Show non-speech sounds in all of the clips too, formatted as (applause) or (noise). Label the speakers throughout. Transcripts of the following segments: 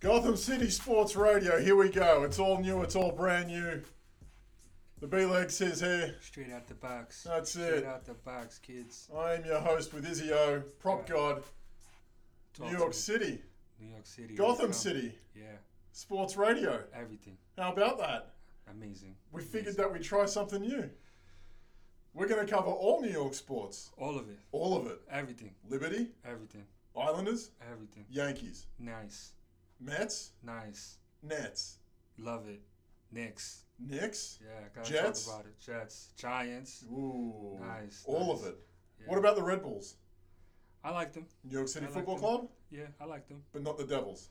Speaker 1: Gotham City Sports Radio, here we go. It's all new, it's all brand new. The B Leg says here,
Speaker 2: Straight out the box.
Speaker 1: That's
Speaker 2: Straight
Speaker 1: it.
Speaker 2: out the box, kids.
Speaker 1: I am your host with Izzy O, Prop God,
Speaker 2: Talk
Speaker 1: New
Speaker 2: to
Speaker 1: York
Speaker 2: me.
Speaker 1: City,
Speaker 2: New York City.
Speaker 1: Gotham
Speaker 2: welcome.
Speaker 1: City
Speaker 2: Yeah,
Speaker 1: Sports Radio.
Speaker 2: everything.
Speaker 1: How about that?
Speaker 2: Amazing.
Speaker 1: We
Speaker 2: Amazing.
Speaker 1: figured that we'd try something new. We're going to cover all New York sports,
Speaker 2: All of it.
Speaker 1: all of it.
Speaker 2: Everything.
Speaker 1: Liberty,
Speaker 2: Everything.
Speaker 1: Islanders,
Speaker 2: Everything.
Speaker 1: Yankees,
Speaker 2: Nice.
Speaker 1: Mets,
Speaker 2: Nice.
Speaker 1: Nets,
Speaker 2: Love it. Knicks.
Speaker 1: Knicks.
Speaker 2: Yeah, gotta
Speaker 1: Jets?
Speaker 2: talk about it. Jets. Giants.
Speaker 1: Ooh,
Speaker 2: Nice,
Speaker 1: all
Speaker 2: nice.
Speaker 1: of it.
Speaker 2: Yeah.
Speaker 1: What about the Red Bulls?
Speaker 2: I like them.
Speaker 1: New York City
Speaker 2: I like
Speaker 1: Football
Speaker 2: them.
Speaker 1: Club?
Speaker 2: Yeah, I like them.
Speaker 1: but not the Devils.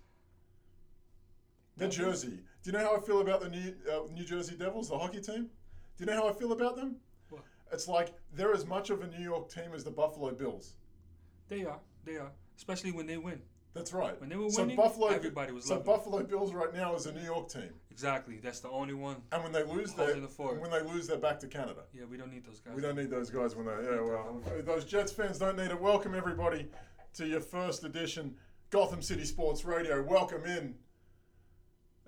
Speaker 1: New
Speaker 2: Devils?
Speaker 1: Jersey. Do you know how I feel about the New, uh, New Jersey Devils, the hockey team? Do you know how I feel about them?
Speaker 2: What?
Speaker 1: It's like they're as much of a New York team as the Buffalo Bills.
Speaker 2: They are. They are. Especially when they win.
Speaker 1: That's right.
Speaker 2: When they were
Speaker 1: so
Speaker 2: winning,
Speaker 1: Buffalo,
Speaker 2: everybody was
Speaker 1: so
Speaker 2: loving it.
Speaker 1: Buffalo Bills right now is a New York team,
Speaker 2: Exactly. That's the only one.
Speaker 1: and when they lose, they
Speaker 2: Holding the fort.
Speaker 1: and when they lose, they're back to Canada.
Speaker 2: Yeah, we don't need those guys.
Speaker 1: We don't need those guys when they. Yeah, well, those Jets fans don't need it. Welcome everybody to your first edition Gotham City Sports Radio. Welcome in.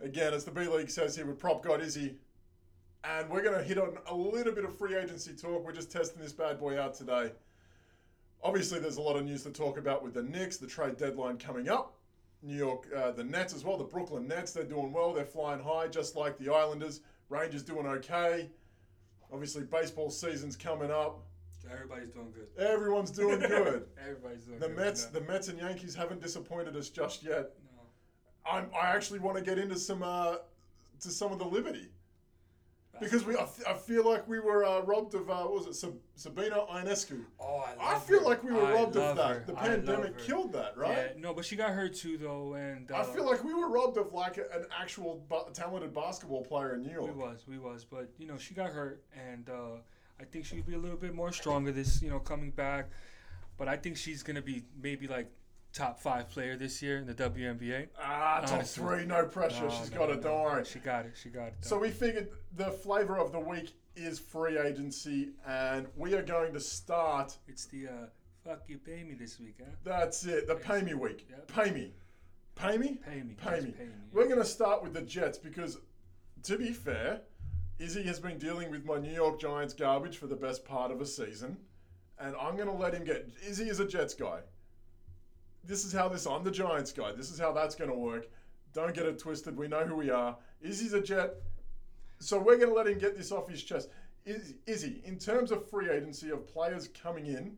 Speaker 1: Again, as the B League says here with Prop God Izzy, and we're going to hit on a little bit of free agency talk. We're just testing this bad boy out today. Obviously, there's a lot of news to talk about with the Knicks, the trade deadline coming up. New York, uh, the Nets as well, the Brooklyn Nets, they're doing well. They're flying high, just like the Islanders. Rangers doing okay. Obviously, baseball season's coming up.
Speaker 2: Everybody's doing good.
Speaker 1: Everyone's doing
Speaker 2: (laughs)
Speaker 1: good.
Speaker 2: Everybody's doing
Speaker 1: The
Speaker 2: good.
Speaker 1: Mets,
Speaker 2: right
Speaker 1: the Mets and Yankees haven't disappointed us just yet.
Speaker 2: now. No.
Speaker 1: I'm, I actually want to get into some uh, to some of the Liberty because we, I, f- I feel like we were uh, robbed of uh, what was it Sab- Sabina Ionescu.
Speaker 2: Oh, I,
Speaker 1: I
Speaker 2: love
Speaker 1: feel
Speaker 2: her.
Speaker 1: like we were
Speaker 2: I
Speaker 1: robbed of
Speaker 2: love
Speaker 1: that.
Speaker 2: her.
Speaker 1: The
Speaker 2: I love
Speaker 1: pandemic
Speaker 2: her.
Speaker 1: killed that, right?
Speaker 2: Yeah, no, but she got hurt too though, and uh,
Speaker 1: I feel like we were robbed of like a- an actual ba- talented basketball player in New
Speaker 2: we
Speaker 1: York.
Speaker 2: was, we was, but you know she got hurt, and uh, I think she'd be a little bit more stronger this, you know, coming back. But I think she's gonna be maybe like top five player this year in the WNBA.
Speaker 1: Ah, top
Speaker 2: Honestly.
Speaker 1: three, no pressure.
Speaker 2: No,
Speaker 1: She's
Speaker 2: no,
Speaker 1: got it.
Speaker 2: no.
Speaker 1: Don't worry.
Speaker 2: She got it. She got it.
Speaker 1: So
Speaker 2: So
Speaker 1: we figured the flavor of the week is free agency, and we are going to start.
Speaker 2: it's the uh, fuck you pay me this week, huh?
Speaker 1: That's it, the pay me week.
Speaker 2: Yep.
Speaker 1: Pay me, pay me,
Speaker 2: Pay me.
Speaker 1: pay
Speaker 2: just
Speaker 1: me.
Speaker 2: Pay me.
Speaker 1: We're going to start with the Jets because, to be fair, Izzy has been dealing with my New York Giants garbage for the best part of a season, and I'm going to let him get. Izzy is a Jets guy. This is how this. I'm the Giants guy. This is how that's going to work. Don't get it twisted. We know who we are. Izzy's a Jet, so we're going to let him get this off his chest. Iz- Izzy, in terms of free agency of players coming in,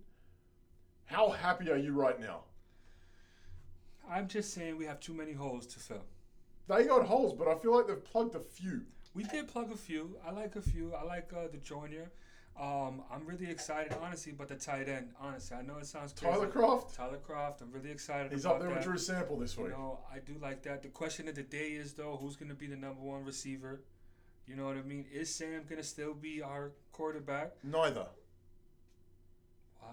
Speaker 1: how happy are you right now?
Speaker 2: I'm just saying we have too many holes to fill.
Speaker 1: They got holes, but I feel like they've plugged a few.
Speaker 2: We did plug a few. I like a few. I like uh, the joiner. Um, I'm really excited, honestly, but the tight end. Honestly, I know it sounds crazy.
Speaker 1: Tyler Croft.
Speaker 2: Tyler Croft. I'm really excited.
Speaker 1: He's
Speaker 2: about
Speaker 1: up there
Speaker 2: that.
Speaker 1: with Drew Sample this week.
Speaker 2: You know, I do like that. The question of the day is though, who's going to be the number one receiver? You know what I mean? Is Sam going to still be our quarterback?
Speaker 1: Neither.
Speaker 2: Wow.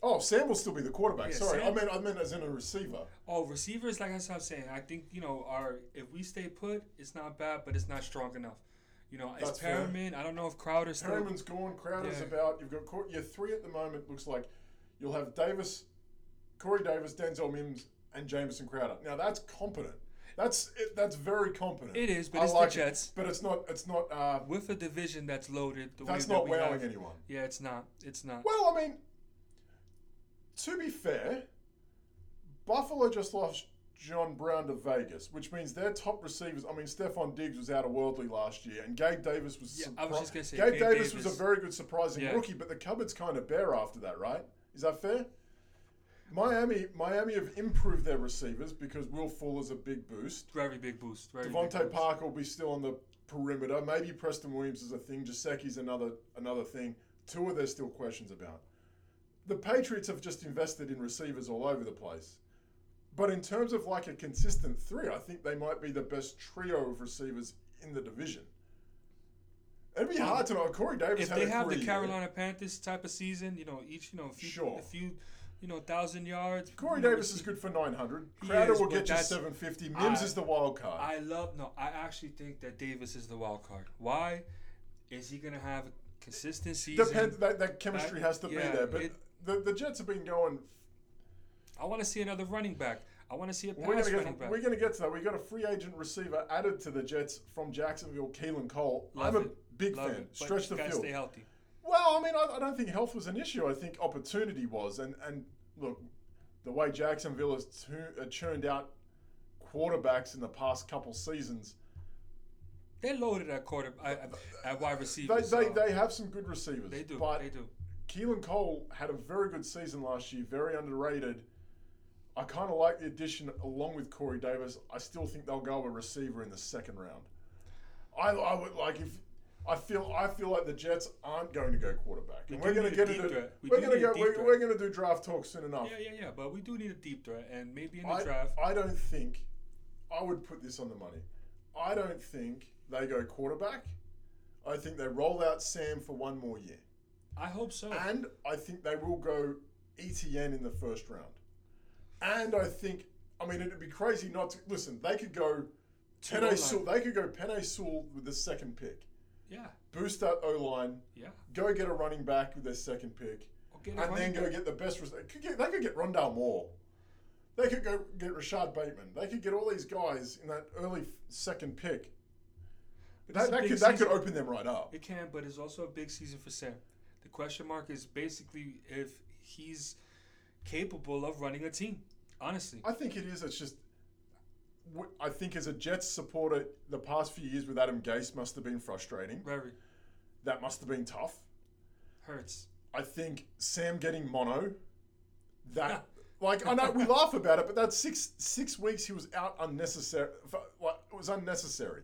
Speaker 1: Oh, Sam will still be the quarterback.
Speaker 2: Yeah,
Speaker 1: Sorry, I
Speaker 2: Sam-
Speaker 1: meant I meant as in a receiver.
Speaker 2: Oh, receivers, like I was saying, I think you know, our if we stay put, it's not bad, but it's not strong enough. You know,
Speaker 1: That's
Speaker 2: it's
Speaker 1: fair.
Speaker 2: Perriman. I don't know if Crowder's still.
Speaker 1: Perriman's gone. Crowder's
Speaker 2: Yeah.
Speaker 1: about. You've got Cor- your three at the moment. Looks like you'll have Davis, Corey Davis, Denzel Mims, and Jameson Crowder. Now that's competent. That's it, that's very competent.
Speaker 2: It is, but
Speaker 1: I
Speaker 2: it's
Speaker 1: like
Speaker 2: the
Speaker 1: it.
Speaker 2: Jets.
Speaker 1: But it's not. It's not. Uh,
Speaker 2: with a division that's loaded the
Speaker 1: that's
Speaker 2: way
Speaker 1: not
Speaker 2: that we
Speaker 1: wowing
Speaker 2: have.
Speaker 1: anyone.
Speaker 2: Yeah, it's not. It's not.
Speaker 1: Well, I mean, to be fair, Buffalo just lost John Brown to Vegas, which means their top receivers. I mean, Stephon Diggs was out of worldly last year, and Gabe Davis was.
Speaker 2: Yeah, I was
Speaker 1: surpri-
Speaker 2: just gonna say,
Speaker 1: Gabe,
Speaker 2: Gabe
Speaker 1: Davis, was
Speaker 2: Davis-
Speaker 1: a very good surprising
Speaker 2: Yeah.
Speaker 1: rookie, but the cupboard's kind of bare after that, right? Is that fair? Miami, Miami have improved their receivers because Will Fuller's a big boost.
Speaker 2: Very big boost. Very big
Speaker 1: Devontae
Speaker 2: boost.
Speaker 1: Parker will be still on the perimeter. Maybe Preston Williams is a thing. Jacecki's another another thing. Two of there's still questions about. The Patriots have just invested in receivers all over the place. But in terms of like a consistent three, I think they might be the best trio of receivers in the division. It'd be hard to know. Corey Davis
Speaker 2: If
Speaker 1: had
Speaker 2: they
Speaker 1: a
Speaker 2: have the
Speaker 1: career year.
Speaker 2: Carolina Panthers type of season, you know, each you know, a few,
Speaker 1: Sure.
Speaker 2: a few, you know, thousand yards.
Speaker 1: Corey
Speaker 2: you know,
Speaker 1: Davis
Speaker 2: rece-
Speaker 1: is good for 900.
Speaker 2: He
Speaker 1: Crowder
Speaker 2: is,
Speaker 1: will
Speaker 2: but
Speaker 1: get you
Speaker 2: that's-
Speaker 1: 750. Mims
Speaker 2: I-
Speaker 1: is the wild card.
Speaker 2: I love. No, I actually think that Davis is the wild card. Why is he gonna have a consistent season?
Speaker 1: Depends. That, that chemistry
Speaker 2: That-
Speaker 1: has to be
Speaker 2: yeah,
Speaker 1: there. But
Speaker 2: it-
Speaker 1: the, the Jets have been going
Speaker 2: I want to see another running back. I want to see a pass
Speaker 1: We're gonna,
Speaker 2: running
Speaker 1: get,
Speaker 2: back.
Speaker 1: we're gonna get to that. We got a free agent receiver added to the Jets from Jacksonville, Keelan Cole.
Speaker 2: Love
Speaker 1: I'm a
Speaker 2: it.
Speaker 1: big
Speaker 2: Love
Speaker 1: fan.
Speaker 2: it. But
Speaker 1: Stretch
Speaker 2: you
Speaker 1: the
Speaker 2: gotta
Speaker 1: field.
Speaker 2: Stay healthy.
Speaker 1: Well, I mean, I, I don't think health was an issue. I think opportunity was. And and look, the way Jacksonville has tu- uh, churned out quarterbacks in the past couple seasons,
Speaker 2: They're loaded at quarter at, at wide receiver.
Speaker 1: they, they,
Speaker 2: so
Speaker 1: they have some good receivers.
Speaker 2: uh, they do.
Speaker 1: But
Speaker 2: they do.
Speaker 1: Keelan Cole had a very good season last year, very underrated. I kind of like the addition along with Corey Davis. I still think they'll go a receiver in the second round. I, I would like if I feel I feel like the Jets aren't going to go quarterback, and
Speaker 2: We
Speaker 1: we're
Speaker 2: do
Speaker 1: going to
Speaker 2: need a
Speaker 1: get
Speaker 2: deep
Speaker 1: into
Speaker 2: threat. We
Speaker 1: we're
Speaker 2: do
Speaker 1: going to
Speaker 2: need a
Speaker 1: go
Speaker 2: deep
Speaker 1: we're,
Speaker 2: threat.
Speaker 1: we're going to do draft talk soon enough.
Speaker 2: Yeah, yeah, yeah. But we do need a deep threat, and maybe in the
Speaker 1: I,
Speaker 2: draft.
Speaker 1: I don't think I would put this on the money. I don't think they go quarterback. I think they roll out Sam for one more year.
Speaker 2: I hope so.
Speaker 1: And I think they will go ETN in the first round. And I think, I mean, it'd be crazy not to listen. They could go
Speaker 2: O-line.
Speaker 1: Pene Sewell. They could go Pene Sewell with the second pick.
Speaker 2: yeah,
Speaker 1: Boost that O line.
Speaker 2: yeah.
Speaker 1: Go get a running back with their second pick,
Speaker 2: Or get
Speaker 1: and
Speaker 2: a
Speaker 1: then
Speaker 2: running
Speaker 1: go
Speaker 2: back.
Speaker 1: get the best. res- They could get, they could get Rondell Moore. They could go get Rashad Bateman. They could get all these guys in that early f- second pick.
Speaker 2: But it's
Speaker 1: That,
Speaker 2: a
Speaker 1: that
Speaker 2: big
Speaker 1: could, that could
Speaker 2: season.
Speaker 1: open them right up.
Speaker 2: It can, but it's also a big season for Sam. The question mark is basically if he's capable of running a team. Honestly,
Speaker 1: I think it is. It's just, w- I think as a Jets supporter, the past few years with Adam Gase must have been frustrating.
Speaker 2: very
Speaker 1: That must have been tough.
Speaker 2: hurts.
Speaker 1: I think Sam getting mono, that (laughs) like I know we laugh about it, but that six six weeks he was out unnecessary. f- Like it was unnecessary.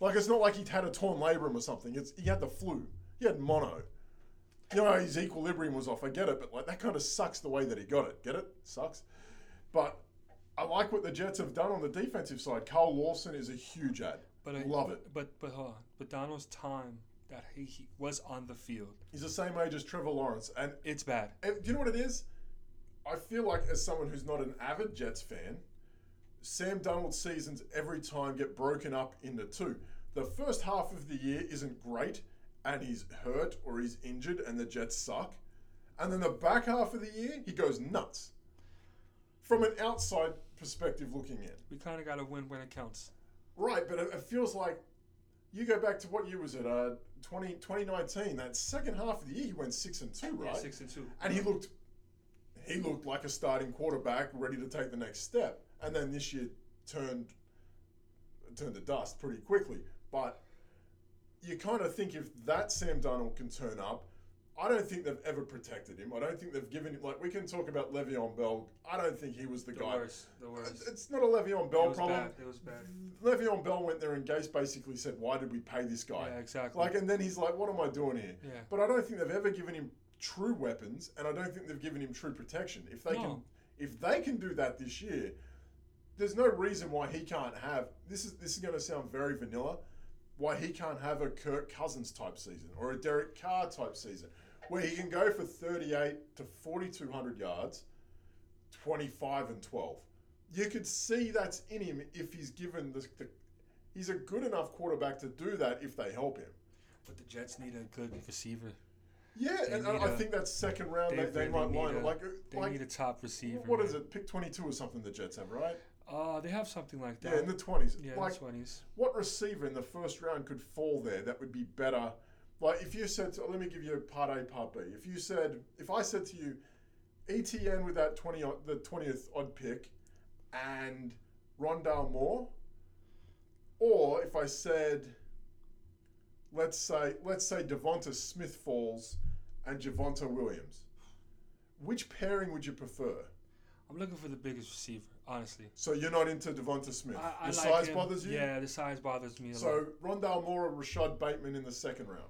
Speaker 1: Like it's not like he'd had a torn labrum or something. It's he had the flu. He had mono. You know his equilibrium was off. I get it, but like that kind of sucks the way that he got it. Get it? Sucks. But I like what the Jets have done on the defensive side. Carl Lawson is a huge ad.
Speaker 2: But I
Speaker 1: Love it.
Speaker 2: But but hold on. But Donald's time that he, he was on the field,
Speaker 1: He's the same age as Trevor Lawrence, and
Speaker 2: it's bad.
Speaker 1: And do you know what it is? I feel like as someone who's not an avid Jets fan, Sam Donald's seasons every time get broken up into two. The first half of the year isn't great, and he's hurt or he's injured, and the Jets suck. And then the back half of the year, he goes nuts. From an outside perspective looking in.
Speaker 2: We kind of got to win when it counts.
Speaker 1: Right, but it, it feels like you go back to what year was it? Uh, 20, 2019. That second half of the year, he went 6 and 2, right?
Speaker 2: Yeah, six and two.
Speaker 1: and he looked he looked like a starting quarterback ready to take the next step and then this year turned turned to dust pretty quickly but you kind of think if that Sam Darnold can turn up I don't think they've ever protected him. I don't think they've given him like we can talk about Le'Veon Bell. I don't think he was the,
Speaker 2: the
Speaker 1: guy.
Speaker 2: worst. The worst.
Speaker 1: It's not a Le'Veon
Speaker 2: it
Speaker 1: Bell
Speaker 2: was
Speaker 1: problem.
Speaker 2: bad. It was bad.
Speaker 1: Le'Veon Bell went there and Gase basically said, "Why did we pay this guy?"
Speaker 2: Yeah, exactly.
Speaker 1: Like, and then he's like, "What am I doing here?"
Speaker 2: yeah.
Speaker 1: But I don't think they've ever given him true weapons, and I don't think they've given him true protection. If they can,
Speaker 2: No.
Speaker 1: if they can do that this year, there's no reason why he can't have. This is this is going to sound very vanilla. Why he can't have a Kirk Cousins type season or a Derek Carr type season, where he can go for 38 to 4200 yards, 25 and 12. You could see that's in him if he's given the. the he's a good enough quarterback to do that if they help him.
Speaker 2: But the Jets need a good receiver.
Speaker 1: Yeah,
Speaker 2: They
Speaker 1: and, and
Speaker 2: need
Speaker 1: I
Speaker 2: a-
Speaker 1: think that second round
Speaker 2: they
Speaker 1: they, they
Speaker 2: really
Speaker 1: might line
Speaker 2: need
Speaker 1: it.
Speaker 2: a-
Speaker 1: Like, uh,
Speaker 2: They
Speaker 1: like
Speaker 2: need a top receiver.
Speaker 1: what
Speaker 2: man.
Speaker 1: is it? Pick twenty two or something. The Jets have right.
Speaker 2: Uh, they have something like
Speaker 1: Yeah,
Speaker 2: that.
Speaker 1: in the twenties.
Speaker 2: Yeah,
Speaker 1: like,
Speaker 2: in the twenties.
Speaker 1: what receiver in the first round could fall there that would be better? Like, if you said, to, let me give you part A, part B. If you said, if I said to you, ETN with that twenty, odd- the twentieth odd pick, and Rondell Moore, or if I said, let's say, let's say Devonta Smith falls, and Javonta Williams, which pairing would you prefer?
Speaker 2: I'm looking for the biggest receiver, honestly.
Speaker 1: So you're not into Devonta Smith.
Speaker 2: I, I
Speaker 1: Your
Speaker 2: like
Speaker 1: size
Speaker 2: him.
Speaker 1: bothers you.
Speaker 2: Yeah, the size bothers me a lot.
Speaker 1: So Rondell Moore or Rashad Bateman in the second round,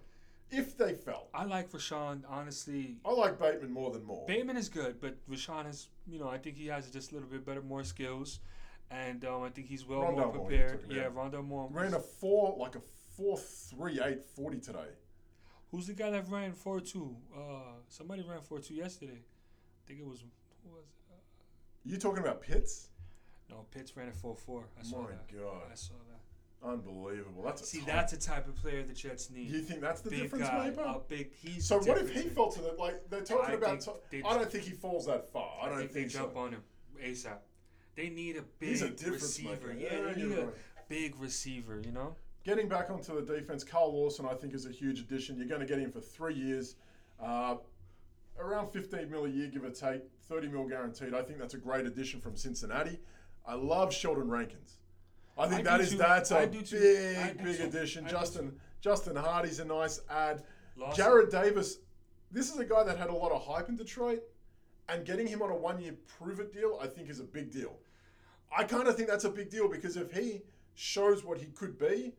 Speaker 1: if they fell.
Speaker 2: I like Rashawn, honestly.
Speaker 1: I like Bateman more than Moore.
Speaker 2: Bateman is good, but Rashawn has, you know, I think he has just a little bit better, more skills, and um, I think he's well
Speaker 1: Rondell
Speaker 2: more
Speaker 1: Moore, you're
Speaker 2: prepared.
Speaker 1: talking
Speaker 2: Yeah,
Speaker 1: about.
Speaker 2: Rondell Moore.
Speaker 1: Ran a four like a four three eight forty today.
Speaker 2: Who's the guy that ran four two? Uh, somebody ran four two yesterday. I think it was who was it?
Speaker 1: You talking about Pitts?
Speaker 2: No, Pitts ran a four four. I saw
Speaker 1: My
Speaker 2: that. I
Speaker 1: God,
Speaker 2: saw that.
Speaker 1: unbelievable! That's a
Speaker 2: See,
Speaker 1: ton.
Speaker 2: that's the type of player the Jets need.
Speaker 1: you think that's the
Speaker 2: big
Speaker 1: difference
Speaker 2: guy,
Speaker 1: maker?
Speaker 2: a big. He's
Speaker 1: so
Speaker 2: the
Speaker 1: what if
Speaker 2: difference
Speaker 1: he
Speaker 2: maker.
Speaker 1: fell to that? Like they're talking
Speaker 2: I
Speaker 1: about.
Speaker 2: think
Speaker 1: to-
Speaker 2: they-
Speaker 1: I don't think he falls that far. I,
Speaker 2: I
Speaker 1: don't
Speaker 2: think,
Speaker 1: think
Speaker 2: they jump
Speaker 1: so.
Speaker 2: on him ASAP. They need a big
Speaker 1: He's a difference
Speaker 2: receiver.
Speaker 1: maker.
Speaker 2: Yeah,
Speaker 1: Yeah,
Speaker 2: they
Speaker 1: you're
Speaker 2: need a
Speaker 1: right.
Speaker 2: big receiver. You know.
Speaker 1: Getting back onto the defense, Carl Lawson, I think, is a huge addition. You're going to get him for three years, uh, around 15 mil a year, give or take, 30 mil guaranteed. I think that's a great addition from Cincinnati. I love Sheldon Rankins. I think that
Speaker 2: I do
Speaker 1: is
Speaker 2: too.
Speaker 1: that's
Speaker 2: I
Speaker 1: a
Speaker 2: do
Speaker 1: big,
Speaker 2: too. I do
Speaker 1: big
Speaker 2: too.
Speaker 1: addition.
Speaker 2: I do
Speaker 1: Justin Justin Hardy's a nice add.
Speaker 2: Lawson.
Speaker 1: Jared Davis, this is a guy that had a lot of hype in Detroit, and getting him on a one-year prove-it deal, I think, is a big deal. I kind of think that's a big deal because if he shows what he could be,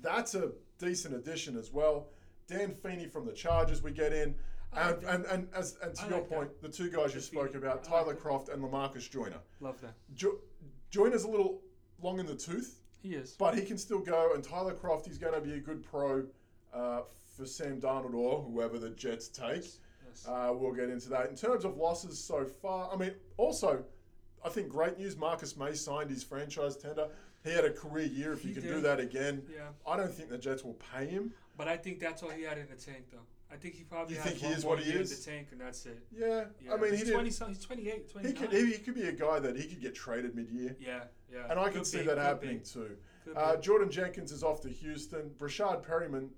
Speaker 1: that's a decent addition as well. Dan Feeney from the Chargers we get in.
Speaker 2: I
Speaker 1: And,
Speaker 2: like
Speaker 1: and, and, as, and to
Speaker 2: I
Speaker 1: your
Speaker 2: like
Speaker 1: point, the two guys you
Speaker 2: Dan
Speaker 1: spoke
Speaker 2: Feeney.
Speaker 1: about,
Speaker 2: I like
Speaker 1: Tyler
Speaker 2: that.
Speaker 1: Croft and Lamarcus Joyner.
Speaker 2: Love that.
Speaker 1: Jo- Joyner's a little long in the tooth,
Speaker 2: He is.
Speaker 1: but he can still go. And Tyler Croft, he's going to be a good pro uh, for Sam Darnold or whoever the Jets take.
Speaker 2: Yes.
Speaker 1: Uh, we'll get into that. In terms of losses so far, I mean, also, I think great news Marcus May signed his franchise tender. He had a career year. If he,
Speaker 2: He
Speaker 1: can
Speaker 2: did.
Speaker 1: do that again,
Speaker 2: yeah.
Speaker 1: I don't think the Jets will pay him.
Speaker 2: But I think that's all he had in the tank, though. I think he probably
Speaker 1: You
Speaker 2: has
Speaker 1: think he
Speaker 2: one
Speaker 1: is
Speaker 2: more
Speaker 1: what he
Speaker 2: year
Speaker 1: is?
Speaker 2: in the tank, and that's it.
Speaker 1: Yeah,
Speaker 2: Yeah.
Speaker 1: I mean, he
Speaker 2: he's
Speaker 1: did.
Speaker 2: 20 something. He's 28,
Speaker 1: He
Speaker 2: 29.
Speaker 1: could, he, he could be a guy that he could get traded mid-year,
Speaker 2: yeah, yeah.
Speaker 1: and I
Speaker 2: Could
Speaker 1: can see
Speaker 2: be,
Speaker 1: that
Speaker 2: could
Speaker 1: happening
Speaker 2: be,
Speaker 1: too.
Speaker 2: could
Speaker 1: Uh,
Speaker 2: be.
Speaker 1: Jordan Jenkins is off to Houston. Brashad Perryman,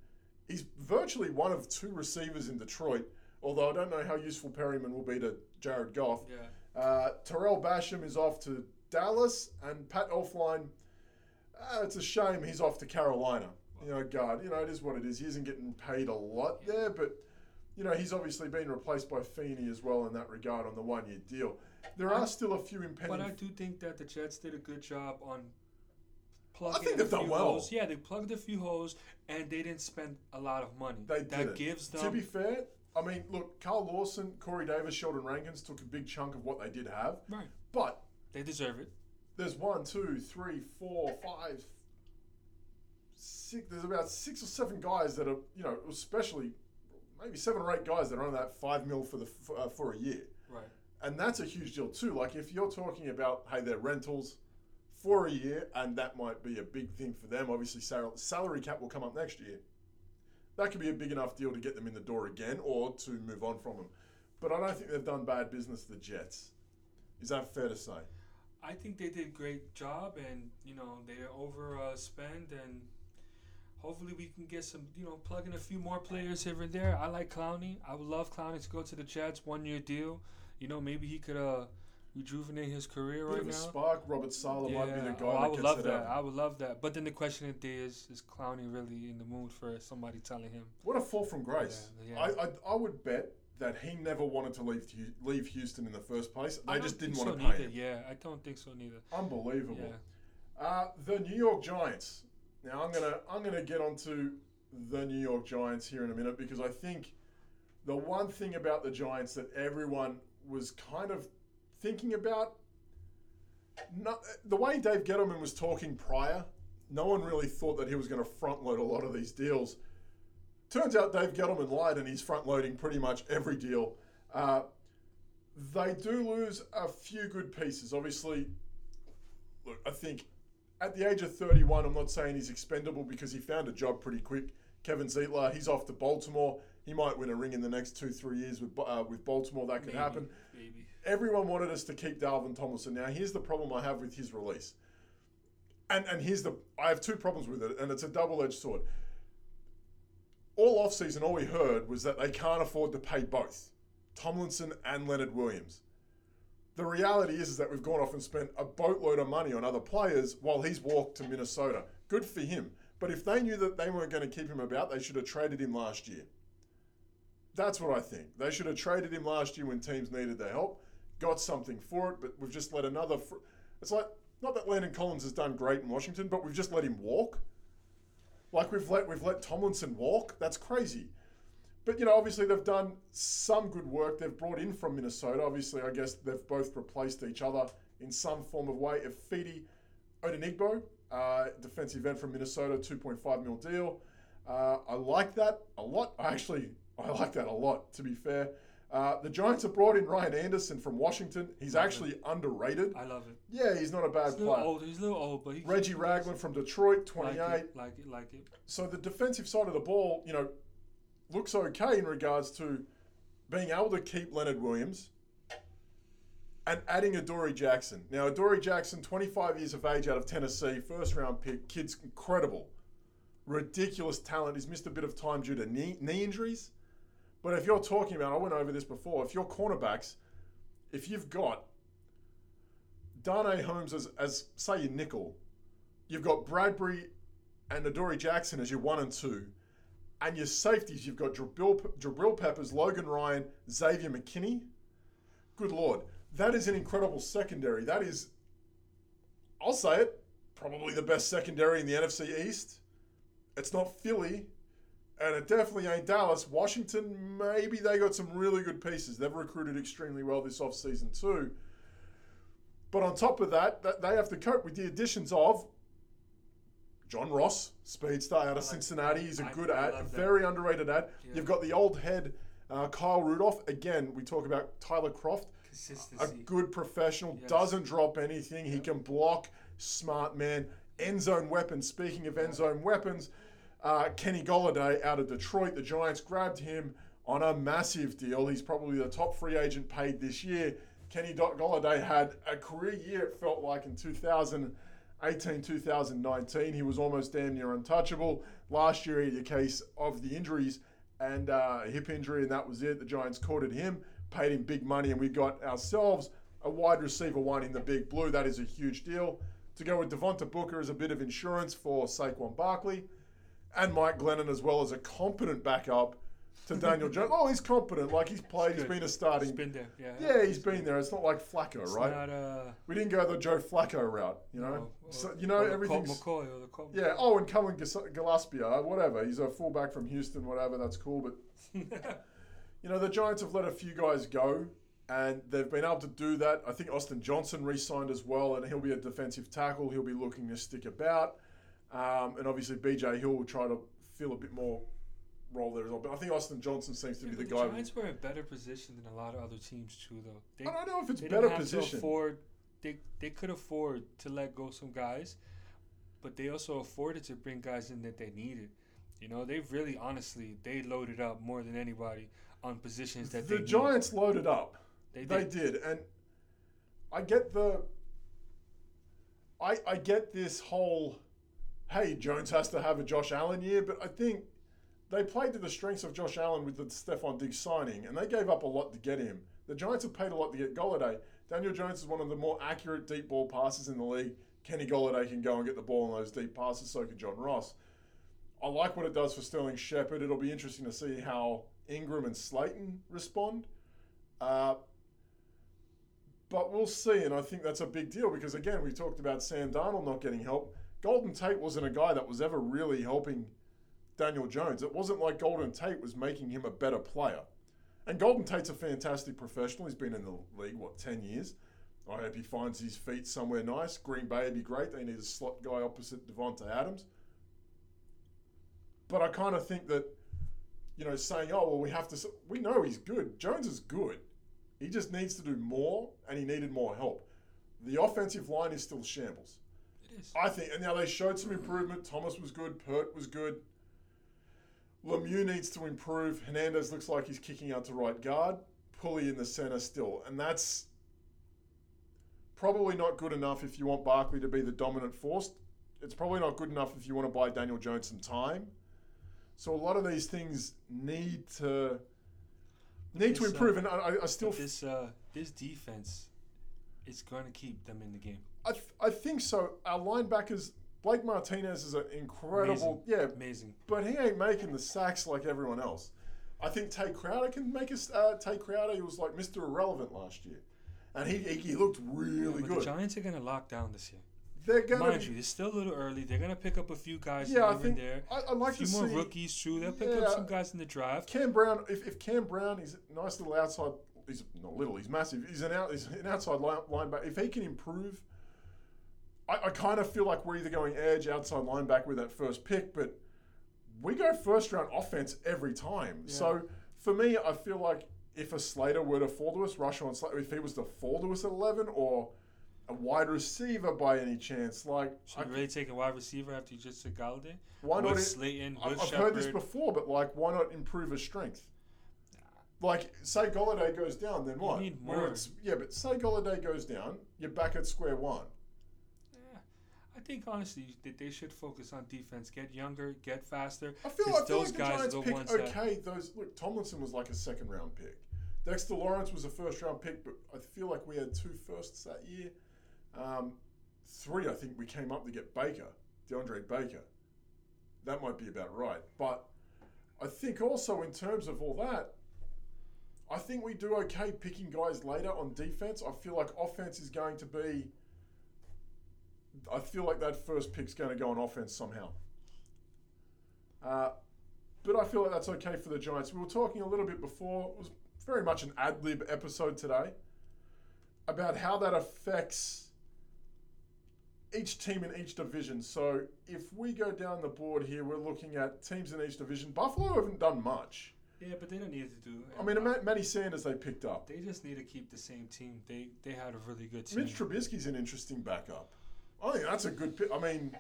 Speaker 1: he's virtually one of two receivers in Detroit. Although I don't know how useful Perryman will be to Jared Goff.
Speaker 2: yeah.
Speaker 1: Uh, Terrell Basham is off to Dallas, and Pat Elfline. Uh, it's a shame he's off to Carolina. You know, God, you know it is what it is. He isn't getting paid a lot there, but you know he's obviously been replaced by Feeney as well in that regard on the one-year deal. There are still a few
Speaker 2: But I
Speaker 1: impending.
Speaker 2: do think that the Jets did a good job on plugging.
Speaker 1: think
Speaker 2: a
Speaker 1: they've done
Speaker 2: few
Speaker 1: well.
Speaker 2: Holes. Yeah, they plugged a few holes, and they didn't spend a lot of money.
Speaker 1: They
Speaker 2: that
Speaker 1: didn't.
Speaker 2: gives
Speaker 1: To
Speaker 2: them.
Speaker 1: be fair, I mean, look, Carl Lawson, Corey Davis, Sheldon Rankins took a big chunk of what they did have,
Speaker 2: right.
Speaker 1: but
Speaker 2: They deserve it.
Speaker 1: there's one, two, three, four, five, six. There's about six or seven guys that are, you know, especially maybe seven or eight guys that are on that five mil for the for, uh, for a year,
Speaker 2: Right.
Speaker 1: and that's a huge deal too. Like if you're talking about hey, their rentals for a year, and that might be a big thing for them. Obviously, sal- salary cap will come up next year. That could be a big enough deal to get them in the door again, or to move on from them. But I don't think they've done bad business. The Jets. Is that fair to say?
Speaker 2: I think they did a great job, and you know they didn't over uh, spend, and hopefully we can get some, you know, plug in a few more players here and there. I like Clowney. I would love Clowney to go to the Jets, one year deal. You know, maybe he could uh, rejuvenate his career
Speaker 1: Bit
Speaker 2: right
Speaker 1: of a
Speaker 2: now.
Speaker 1: spark. Robert Sala might be the guy
Speaker 2: oh, I
Speaker 1: that
Speaker 2: would
Speaker 1: gets
Speaker 2: love
Speaker 1: it
Speaker 2: that.
Speaker 1: out.
Speaker 2: I would love that. But then the question of the day is: Is Clowney really in the mood for somebody telling him?
Speaker 1: What a fall from grace!
Speaker 2: Yeah, yeah.
Speaker 1: I, I I would bet that he never wanted to leave Hu- leave Houston in the first place. They
Speaker 2: I
Speaker 1: just
Speaker 2: don't
Speaker 1: didn't
Speaker 2: think
Speaker 1: want
Speaker 2: so
Speaker 1: to pay
Speaker 2: neither.
Speaker 1: him.
Speaker 2: Yeah, I don't think so neither.
Speaker 1: Unbelievable.
Speaker 2: Yeah,
Speaker 1: Uh, the New York Giants. Now I'm gonna I'm gonna get onto the New York Giants here in a minute because I think the one thing about the Giants that everyone was kind of thinking about, no, the way Dave Gettleman was talking prior, no one really thought that he was going to front load a lot of these deals. Turns out Dave Gettleman lied, and he's front loading pretty much every deal. Uh, they do lose a few good pieces. Obviously, look, I think at the age of 31, I'm not saying he's expendable because he found a job pretty quick. Kevin Zietler, he's off to Baltimore. He might win a ring in the next two, three years with Ba- uh, with Baltimore. That could
Speaker 2: Maybe,
Speaker 1: happen.
Speaker 2: Maybe.
Speaker 1: Everyone wanted us to keep Dalvin Tomlinson. Now, here's the problem I have with his release, and and here's the I have two problems with it, and it's a double-edged sword. All offseason, all we heard was that they can't afford to pay both Tomlinson and Leonard Williams. The reality is, is that we've gone off and spent a boatload of money on other players while he's walked to Minnesota. Good for him. But if they knew that they weren't going to keep him about, they should have traded him last year. That's what I think. They should have traded him last year when teams needed their help, got something for it, but we've just let another. Fr- it's like, not that Landon Collins has done great in Washington, but we've just let him walk. Like we've let we've let Tomlinson walk. That's crazy. But you know, obviously they've done some good work. They've brought in from Minnesota. Obviously, I guess they've both replaced each other in some form of way. If Fidi Odenigbo, uh, defensive end from Minnesota, 2.5 mil deal. Uh, I like that a lot. I actually I like that a lot. To be fair, uh, the Giants have brought in Ryan Anderson from Washington. He's actually underrated.
Speaker 2: I love it.
Speaker 1: Yeah, he's not a bad
Speaker 2: He's a little
Speaker 1: player.
Speaker 2: old. He's a little old, but he
Speaker 1: Reggie Ragland from Detroit,
Speaker 2: like
Speaker 1: 28.
Speaker 2: it, like it, like it.
Speaker 1: So the defensive side of the ball, you know, looks okay in regards to being able to keep Leonard Williams, and adding Adoree Jackson. Now, Adoree Jackson, 25 years of age out of Tennessee, first round pick, kid's incredible. Ridiculous talent. He's missed a bit of time due to knee, knee injuries. But if you're talking about, I went over this before, if your cornerbacks, if you've got Darnay Holmes as, as say, your nickel, you've got Bradbury and Adoree Jackson as your one and two, and your safeties, you've got Jabril, Jabril Peppers, Logan Ryan, Xavier McKinney. Good Lord that is an incredible secondary. That is, I'll say it, probably the best secondary in the NFC East. It's not Philly, and it definitely ain't Dallas. Washington, maybe they got some really good pieces. They've recruited extremely well this offseason, too. But on top of that, that, they have to cope with the additions of John Ross, speedster out of
Speaker 2: like
Speaker 1: Cincinnati.
Speaker 2: that.
Speaker 1: He's a
Speaker 2: I-
Speaker 1: good
Speaker 2: I
Speaker 1: ad,
Speaker 2: love that.
Speaker 1: very underrated ad.
Speaker 2: Yeah.
Speaker 1: You've got the old head, uh, Kyle Rudolph. Again, we talk about Tyler Croft a
Speaker 2: Consistency.
Speaker 1: good professional,
Speaker 2: Yes.
Speaker 1: doesn't drop anything. He
Speaker 2: Yep.
Speaker 1: can block, smart man. End zone weapons. Speaking of end zone weapons, uh, Kenny Golladay out of Detroit, the Giants grabbed him on a massive deal. He's probably the top free agent paid this year. Kenny Do- Golladay had a career year, it felt like, in 2018, 2019. He was almost damn near untouchable. Last year, he had a case of the injuries and uh, hip injury, and that was it. The Giants courted him, paid him big money, and we got ourselves a wide receiver one in the big blue. That is a huge deal. To go with Devonta Booker as a bit of insurance for Saquon Barkley and Mike Glennon as well as a competent backup to
Speaker 2: (laughs)
Speaker 1: Daniel Jones. Oh, he's competent. Like he's played, he's
Speaker 2: good.
Speaker 1: been a
Speaker 2: He's
Speaker 1: starting.
Speaker 2: been there. Yeah.
Speaker 1: Yeah, he's been there. It's not like Flacco,
Speaker 2: It's
Speaker 1: right?
Speaker 2: Not, uh,
Speaker 1: We didn't go the Joe Flacco route, you know.
Speaker 2: or- or-
Speaker 1: so you know
Speaker 2: or the Colt
Speaker 1: everything's
Speaker 2: McCoy or the Colt (laughs)
Speaker 1: yeah. Oh, and Cullen Gas- Gillespie, uh, whatever. He's a fullback from Houston, whatever. That's cool, but you know, the Giants have let a few guys go, and they've been able to do that. I think Austin Johnson re signed as well, and he'll be a defensive tackle. He'll be looking to stick about. Um, and obviously, BJ Hill will try to fill a bit more role there as well. But I think Austin Johnson seems to
Speaker 2: Yeah,
Speaker 1: be the
Speaker 2: but
Speaker 1: guy.
Speaker 2: Giants were in better position than a lot of other teams too, though. They,
Speaker 1: I don't know if it's
Speaker 2: they
Speaker 1: better
Speaker 2: didn't have to
Speaker 1: position.
Speaker 2: afford. They they could afford to let go some guys, but they also afforded to bring guys in that they needed. You know, they really, honestly, they loaded up more than anybody on positions that
Speaker 1: the
Speaker 2: they
Speaker 1: Giants loaded up.
Speaker 2: Need. They
Speaker 1: They
Speaker 2: did.
Speaker 1: did, and I get the. I I get this whole, hey Jones has to have a Josh Allen year, but I think they played to the strengths of Josh Allen with the Stephon Diggs signing, and they gave up a lot to get him. The Giants have paid a lot to get Golladay. Daniel Jones is one of the more accurate deep ball passes in the league. Kenny Golladay can go and get the ball in those deep passes. So can John Ross. I like what it does for Sterling Shepard. It'll be interesting to see how Ingram and Slayton respond. Uh, but we'll see, and I think that's a big deal because again, we talked about Sam Darnold not getting help. Golden Tate wasn't a guy that was ever really helping Daniel Jones. It wasn't like Golden Tate was making him a better player. And Golden Tate's a fantastic professional. He's been in the league what ten years. I hope he finds his feet somewhere nice. Green Bay would be great. They need a slot guy opposite Devonta Adams. But I kind of think that, you know, saying, "Oh well, we have to," s-" we know he's good. Jones is good. He just needs to do more, and he needed more help. The offensive line is still shambles.
Speaker 2: It is.
Speaker 1: I think, and now they showed some improvement. Thomas was good. Pert was good. Lemieux needs to improve. Hernandez looks like he's kicking out to right guard. Pulley in the center still, and that's probably not good enough if you want Barkley to be the dominant force. It's probably not good enough if you want to buy Daniel Jones some time. So a lot of these things need to need to
Speaker 2: this, uh,
Speaker 1: improve, and I, I- I still
Speaker 2: But this uh this defense is going to keep them in the game.
Speaker 1: I, th- I think so. Our linebackers, Blake Martinez is an incredible. Yeah,
Speaker 2: Amazing.
Speaker 1: but he ain't making the sacks like everyone else. I think Tay Crowder can make us. Uh, Tay Crowder, he was like Mr. Irrelevant last year. And he, he, he looked
Speaker 2: Yeah,
Speaker 1: really
Speaker 2: but
Speaker 1: good.
Speaker 2: the Giants are going to lock down this year.
Speaker 1: They're going
Speaker 2: Mind
Speaker 1: to.
Speaker 2: you, it's still a little early. They're going to pick up a few guys
Speaker 1: Yeah, I
Speaker 2: here and
Speaker 1: think.
Speaker 2: there.
Speaker 1: I, I'd like
Speaker 2: a few
Speaker 1: to see.
Speaker 2: more rookies, true. They'll pick
Speaker 1: Yeah.
Speaker 2: up some guys in the draft.
Speaker 1: Cam Brown, if, if Cam Brown is a nice little outside, he's not little, he's massive. He's an out, he's an outside line, linebacker. If he can improve, I, I kind of feel like we're either going edge, outside linebacker with that first pick, but we go first round offense every time.
Speaker 2: Yeah.
Speaker 1: So for me, I feel like if a Slater were to fall to us, Rashawn Slater, if he was to fall to us at eleven, or a wide receiver by any chance, like
Speaker 2: So
Speaker 1: I-
Speaker 2: you really take a wide receiver after you just took Galladay?
Speaker 1: why
Speaker 2: Wood
Speaker 1: not?
Speaker 2: Slayton,
Speaker 1: I've,
Speaker 2: Wood
Speaker 1: I've heard this
Speaker 2: Shepherd.
Speaker 1: before, but like why not improve his strength? Like, say Golladay goes down, then what?
Speaker 2: need
Speaker 1: Where
Speaker 2: more.
Speaker 1: it's- yeah, but say Golladay goes down, you're back at square one.
Speaker 2: Yeah. I think honestly that they should focus on defense. Get younger, get faster.
Speaker 1: I feel, I
Speaker 2: Because
Speaker 1: feel
Speaker 2: those
Speaker 1: like the
Speaker 2: guys are
Speaker 1: Giants
Speaker 2: the
Speaker 1: picked
Speaker 2: ones that-
Speaker 1: okay. Those look, Tomlinson was like a second round pick. Dexter Lawrence was a first round pick, but I feel like we had two firsts that year. Um, three, I think we came up to get Baker, DeAndre Baker. That might be about right. But I think also in terms of all that, I think we do okay picking guys later on defense. I feel like offense is going to be. I feel like that first pick's going to go on offense somehow. Uh, but I feel like that's okay for the Giants. We were talking a little bit before, it was very much an ad lib episode today, about how that affects each team in each division. So if we go down the board here, we're looking at teams in each division. Buffalo haven't done much.
Speaker 2: Yeah, but they don't need to do.
Speaker 1: I mean, Matt- Matty Sanders they picked up.
Speaker 2: they just need to keep the same team. They they had a really good team.
Speaker 1: Mitch Trubisky's an interesting backup. I think that's a good pick. I mean,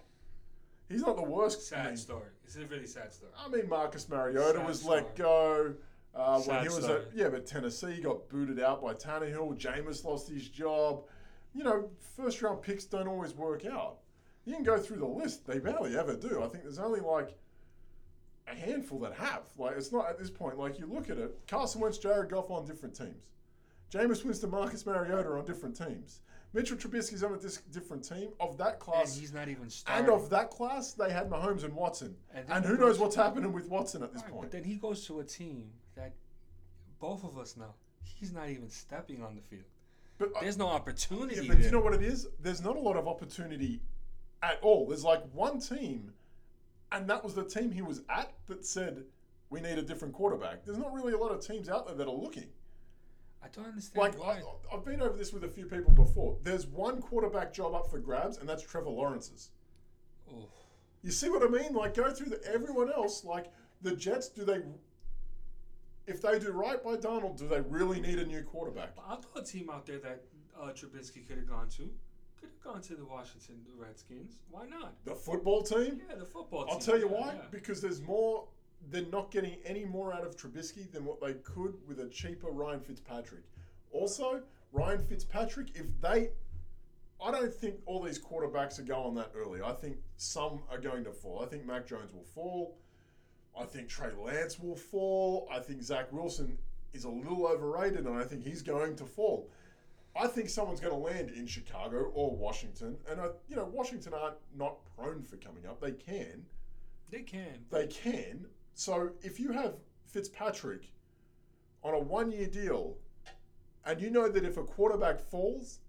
Speaker 1: he's not the worst. I
Speaker 2: sad
Speaker 1: mean,
Speaker 2: story. It's a really sad story.
Speaker 1: I mean, Marcus Mariota
Speaker 2: Sad
Speaker 1: was
Speaker 2: story.
Speaker 1: let go. Uh, when
Speaker 2: Sad
Speaker 1: he was
Speaker 2: story.
Speaker 1: at, yeah, but Tennessee got booted out by Tannehill. Jameis lost his job. You know, first round picks don't always work out. You can go through the list; they barely ever do. I think there's only like a handful that have. Like it's not at this point. Like you look at it, Carson Wentz, Jared Goff on different teams. Jameis Winston, Marcus Mariota are on different teams. Mitchell Trubisky's on a dis- different team of that
Speaker 2: And
Speaker 1: class.
Speaker 2: he's not even starting.
Speaker 1: And of that class, they had Mahomes and Watson.
Speaker 2: And
Speaker 1: And,
Speaker 2: then
Speaker 1: who
Speaker 2: he
Speaker 1: knows
Speaker 2: goes-
Speaker 1: what's happening with Watson at this
Speaker 2: Right,
Speaker 1: point?
Speaker 2: But then he goes to a team that both of us know he's not even stepping on the field.
Speaker 1: But, I-
Speaker 2: There's no opportunity.
Speaker 1: Uh, yeah,
Speaker 2: there.
Speaker 1: but you know what it is? There's not a lot of opportunity at all. There's like one team, and that was the team he was at that said, we need a different quarterback. There's not really a lot of teams out there that are looking.
Speaker 2: I don't understand
Speaker 1: Like,
Speaker 2: why.
Speaker 1: I, I've been over this with a few people before. There's one quarterback job up for grabs, and that's Trevor Lawrence's.
Speaker 2: oh,
Speaker 1: You see what I mean? Like go through the, everyone else. Like the Jets, do they? If they do right by Donald, do they really need a new quarterback?
Speaker 2: I thought a team out there that uh, Trubisky could have gone to could have gone to the Washington Redskins. Why not?
Speaker 1: The football team.
Speaker 2: Yeah, the football.
Speaker 1: I'll
Speaker 2: team.
Speaker 1: tell you
Speaker 2: Yeah,
Speaker 1: why.
Speaker 2: yeah.
Speaker 1: Because there's more. They're not getting any more out of Trubisky than what they could with a cheaper Ryan Fitzpatrick. Also, Ryan Fitzpatrick, if they, I don't think all these quarterbacks are going that early. I think some are going to fall. I think Mac Jones will fall. I think Trey Lance will fall. I think Zach Wilson is a little overrated, and I think he's going to fall. I think someone's going to land in Chicago or Washington, and I, you know Washington aren't not prone for coming up. They can,
Speaker 2: They can.
Speaker 1: they can. So if you have Fitzpatrick on a one-year deal, and you know that if a quarterback falls,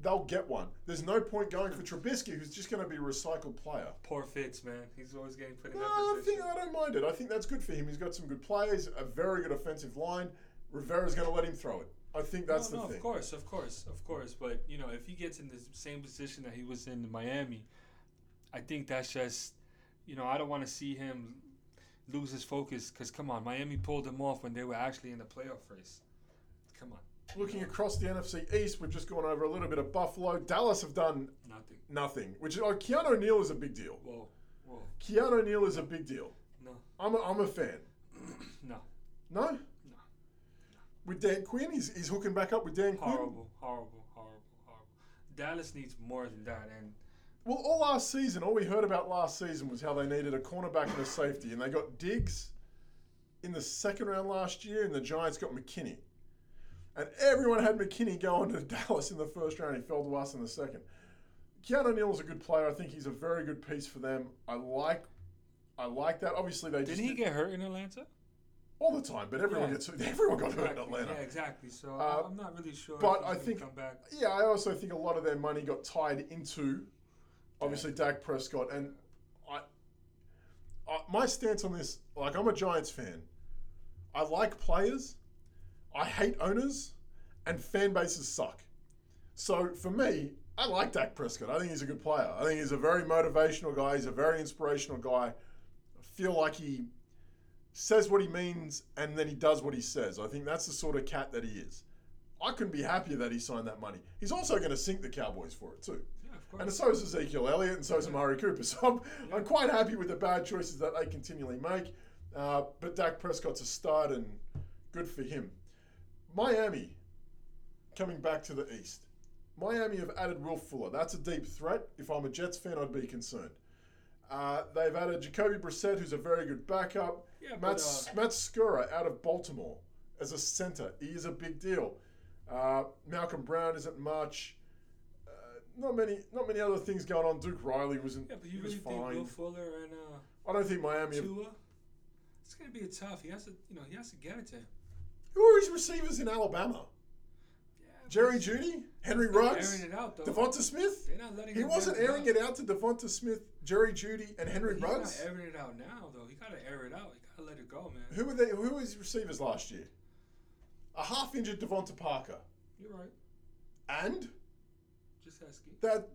Speaker 1: they'll get one. There's no point going for Trubisky, who's just going to be a recycled player.
Speaker 2: Poor Fitz, man. He's always getting put in
Speaker 1: No,
Speaker 2: that
Speaker 1: I
Speaker 2: position.
Speaker 1: think I don't mind it. I think that's good for him. He's got some good players, a very good offensive line. Rivera's going to let him throw it. I think that's
Speaker 2: no,
Speaker 1: the
Speaker 2: no,
Speaker 1: thing.
Speaker 2: Of course, of course, of course. But you know, if he gets in the same position that he was in in Miami, I think that's just, you know, I don't want to see him lose his focus. Because come on, Miami pulled him off when they were actually in the playoff race. Come on,
Speaker 1: Looking across the NFC East, we've just gone over a little bit of Buffalo. Dallas have done
Speaker 2: nothing.
Speaker 1: nothing, which is, oh, Keanu O'Neill is a big deal.
Speaker 2: Whoa, whoa,
Speaker 1: Keanu O'Neill is a big deal.
Speaker 2: no,
Speaker 1: I'm a, I'm a fan.
Speaker 2: no,
Speaker 1: No? No. With Dan Quinn? He's, he's hooking back up with Dan Quinn?
Speaker 2: horrible, horrible, horrible, horrible. Dallas needs more than that, and
Speaker 1: Well, all last season, all we heard about last season was how they needed a cornerback and a safety, and they got Diggs in the second round last year, and the Giants got McKinney. And everyone had McKinney going to (laughs) Dallas in the first round. He fell to us in the second. Keanu O'Neill's a good player. I think he's a very good piece for them. I like, I like that. Obviously, they just
Speaker 2: didn't he get hurt in Atlanta?
Speaker 1: all the time, but everyone
Speaker 2: Yeah.
Speaker 1: gets everyone got hurt (laughs) in Atlanta.
Speaker 2: Yeah, exactly. So
Speaker 1: Uh,
Speaker 2: I'm not really sure.
Speaker 1: but I
Speaker 2: if he's gonna
Speaker 1: think-
Speaker 2: come back.
Speaker 1: Yeah, I also think a lot of their money got tied into obviously Dak Prescott and I, I my stance on this like I'm a Giants fan. I like players. I hate owners and fan bases suck. So for me, I like Dak Prescott. I think he's a good player. I think he's a very motivational guy. He's a very inspirational guy. I feel like he says what he means and then he does what he says. I think that's the sort of cat that he is. I couldn't be happier that he signed that money. He's also going to sink the Cowboys for it too.
Speaker 2: Yeah, of course.
Speaker 1: And so is Ezekiel Elliott, and so is Amari Cooper. (laughs) So I'm, I'm quite happy with the bad choices that they continually make. Uh, but Dak Prescott's a stud, and Good for him. Miami, coming back to the East. Miami have added Will Fuller. That's a deep threat. If I'm a Jets fan, I'd be concerned. Uh, they've added Jacoby Brissett, who's a very good backup.
Speaker 2: Yeah,
Speaker 1: Matt,
Speaker 2: but uh,
Speaker 1: Matt Skura out of Baltimore as a center. He is a big deal. Uh, Malcolm Brown isn't much. Uh, not many, not many other things going on. Duke Riley wasn't.
Speaker 2: yeah, but
Speaker 1: he
Speaker 2: you
Speaker 1: was
Speaker 2: really think Will
Speaker 1: fine.
Speaker 2: Fuller and uh,
Speaker 1: I don't think Miami. Have,
Speaker 2: Tua? It's gonna be a tough. He has to, you know, he has to get it to him.
Speaker 1: who are his receivers in Alabama?
Speaker 2: Yeah, but
Speaker 1: Jerry Judy, Henry
Speaker 2: they're not
Speaker 1: Ruggs,
Speaker 2: airing it out though.
Speaker 1: Devonta Smith.
Speaker 2: They're not letting
Speaker 1: He
Speaker 2: him
Speaker 1: wasn't
Speaker 2: air
Speaker 1: airing
Speaker 2: out.
Speaker 1: it out to Devonta Smith, Jerry Judy, and Henry
Speaker 2: He's not
Speaker 1: Ruggs.
Speaker 2: airing it out now though. He gotta air it out. He gotta let it go, man.
Speaker 1: Who were they? Who were his receivers last year? A half-injured Devonta Parker,
Speaker 2: You're right.
Speaker 1: and
Speaker 2: Just asking.
Speaker 1: that,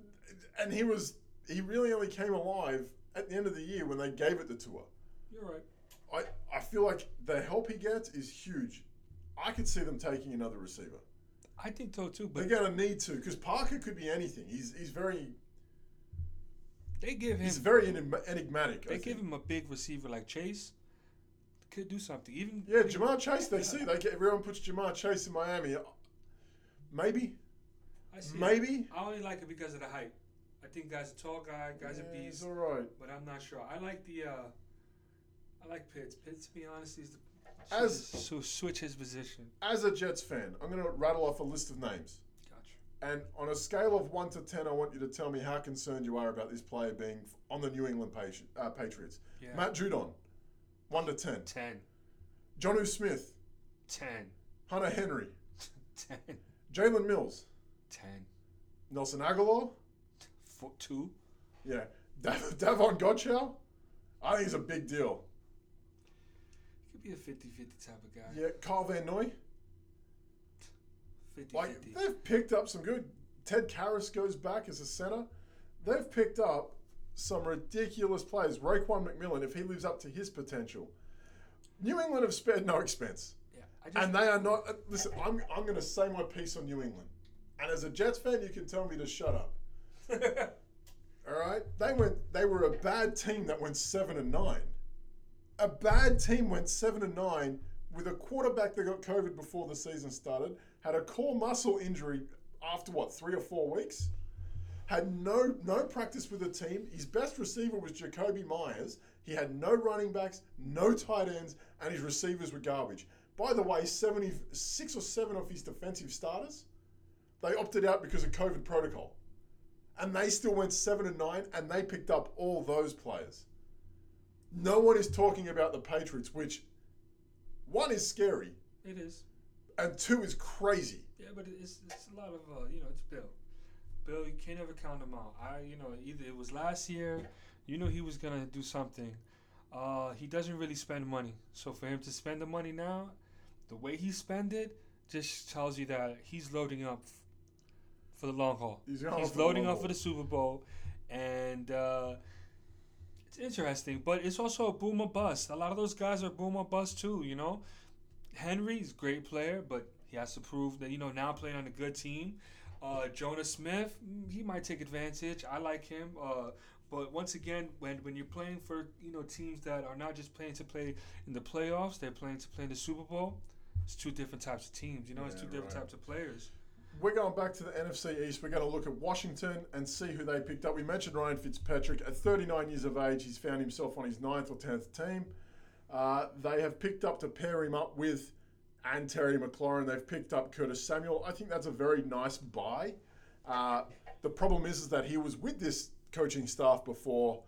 Speaker 1: and he was he really only came alive at the end of the year when they gave it to Tua.
Speaker 2: You're right.
Speaker 1: I I feel like the help he gets is huge. I could see them taking another receiver.
Speaker 2: I think so too. But
Speaker 1: They're going to need to because Parker could be anything. He's he's very
Speaker 2: they give him
Speaker 1: he's very enigma- enigmatic. I
Speaker 2: they
Speaker 1: think.
Speaker 2: give him a big receiver like Chase. Could do something. Even
Speaker 1: yeah, Jamar Chase. They
Speaker 2: Yeah.
Speaker 1: see they get everyone puts Jamar Chase in Miami. Uh, Maybe
Speaker 2: I see it.
Speaker 1: maybe
Speaker 2: I only like it because of the hype. I think guy's a tall guy, guy's a
Speaker 1: Yeah, he's
Speaker 2: beast,
Speaker 1: all right.
Speaker 2: but I'm not sure. I like the, uh, I like Pitts. Pitts, to be honest, is the
Speaker 1: As-
Speaker 2: so switch his position.
Speaker 1: As a Jets fan, I'm going to rattle off a list of names.
Speaker 2: Gotcha.
Speaker 1: And on a scale of 1 to 10, I want you to tell me how concerned you are about this player being f- on the New England patri- uh, Patriots.
Speaker 2: Yeah.
Speaker 1: Matt Judon, 1 to 10.
Speaker 2: Ten.
Speaker 1: Jonu Smith,
Speaker 2: Ten. (laughs)
Speaker 1: Hunter Henry,
Speaker 2: Ten.
Speaker 1: Jalen Mills,
Speaker 2: Ten.
Speaker 1: Nelson Aguilar,
Speaker 2: Four, two.
Speaker 1: yeah, Dav- (laughs) Davon Godchow. I think he's a big deal.
Speaker 2: He could be a 50-50 type of guy.
Speaker 1: Yeah, Kyle Van Noy.
Speaker 2: 50-50.
Speaker 1: Like, they've picked up some good. Ted Karras goes back as a center. They've picked up some ridiculous players. Raquan McMillan, if he lives up to his potential. New England have spared no expense.
Speaker 2: yeah. I just,
Speaker 1: And they are not. uh, Listen, I'm, I'm going to say my piece on New England. And as a Jets fan, you can tell me to shut up. All right? They went. They were a bad team that went 7 and 9. A bad team went 7 and 9 with a quarterback that got COVID before the season started, had a core muscle injury after what, 3 or 4 weeks? Had no no practice with the team. His best receiver was Jacoby Myers. He had no running backs, no tight ends, and his receivers were garbage. By the way, 76 or 7 of his defensive starters, they opted out because of COVID protocol and they still went seven and nine, and they picked up all those players. No one is talking about the Patriots, which one is scary
Speaker 2: (laughs) it is.
Speaker 1: and two is crazy.
Speaker 2: Yeah, but it's, it's a lot of uh, you know, it's Bill. Bill, you can't ever count him out. I, you know, either it was last year, you know, he was gonna do something. Uh, he doesn't really spend money, so for him to spend the money now, the way he spend it, just tells you that he's loading up f- for the long haul.
Speaker 1: He's,
Speaker 2: He's loading up for the Super Bowl, and uh, it's interesting, but it's also a boom or bust. A lot of those guys are boom or bust too. You know, Henry's a great player, but he has to prove that you know now playing on a good team. Uh, Jonah Smith, mm, he might take advantage. I like him, uh, but once again, when when you're playing for you know teams that are not just playing to play in the playoffs, they're playing to play in the Super Bowl. It's two different types of teams. You know, it's
Speaker 1: Yeah,
Speaker 2: two different
Speaker 1: right.
Speaker 2: types of players.
Speaker 1: We're going back to the NFC East. We're going to look at Washington and see who they picked up. We mentioned Ryan Fitzpatrick. At 39 years of age, he's found himself on his ninth or tenth team. Uh, they have picked up to pair him up with and Terry McLaurin. They've picked up Curtis Samuel. I think that's a very nice buy. Uh, the problem is, is that he was with this coaching staff before,